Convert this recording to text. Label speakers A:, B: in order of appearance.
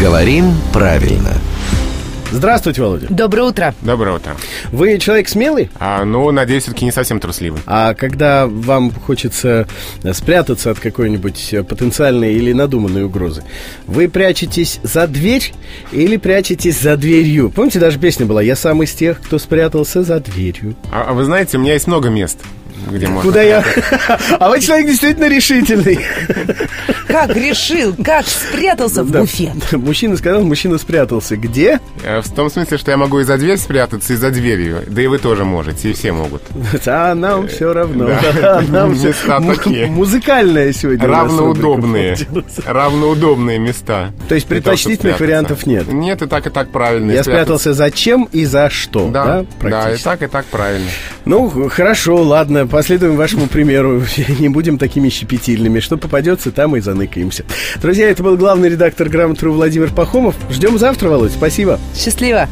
A: Говорим правильно.
B: Здравствуйте, Володя.
C: Доброе утро.
D: Доброе утро.
B: Вы человек смелый?
D: А, ну, надеюсь, все-таки не совсем трусливый.
B: А когда вам хочется спрятаться от какой-нибудь э, потенциальной или надуманной угрозы, вы прячетесь за дверь или прячетесь за дверью? Помните, даже песня была «Я сам из тех, кто спрятался за дверью».
D: А, а вы знаете, у меня есть много мест, где можно.
B: Куда я... А вы человек действительно решительный.
C: Как решил, как спрятался в
B: Да.
C: буфе.
B: Мужчина сказал, мужчина спрятался. Где?
D: Э, В том смысле, что я могу и за дверь спрятаться, и за дверью. Да и вы тоже можете, и все могут.
B: А нам все равно.
D: Да.
B: А нам всё-
D: Места
B: М-
D: такие.
B: Музыкальная сегодня. у нас
D: Равноудобные.
B: рубрика получилась.
D: Равноудобные места.
B: То есть
D: Для того, чтобы
B: предпочтительных
D: спрятаться.
B: вариантов нет?
D: Нет, и так, и так правильно. и
B: Я
D: спрятаться.
B: спрятался зачем и за что, да,
D: Да, да, и
B: практически.
D: так, и так правильно.
B: Ну, х- хорошо, ладно, последуем вашему примеру. Не будем такими щепетильными. Что попадется, там и заныкаемся. Друзья, это был главный редактор «Грамотру» Владимир Пахомов. Ждем завтра, Володь. Спасибо.
C: Счастливо.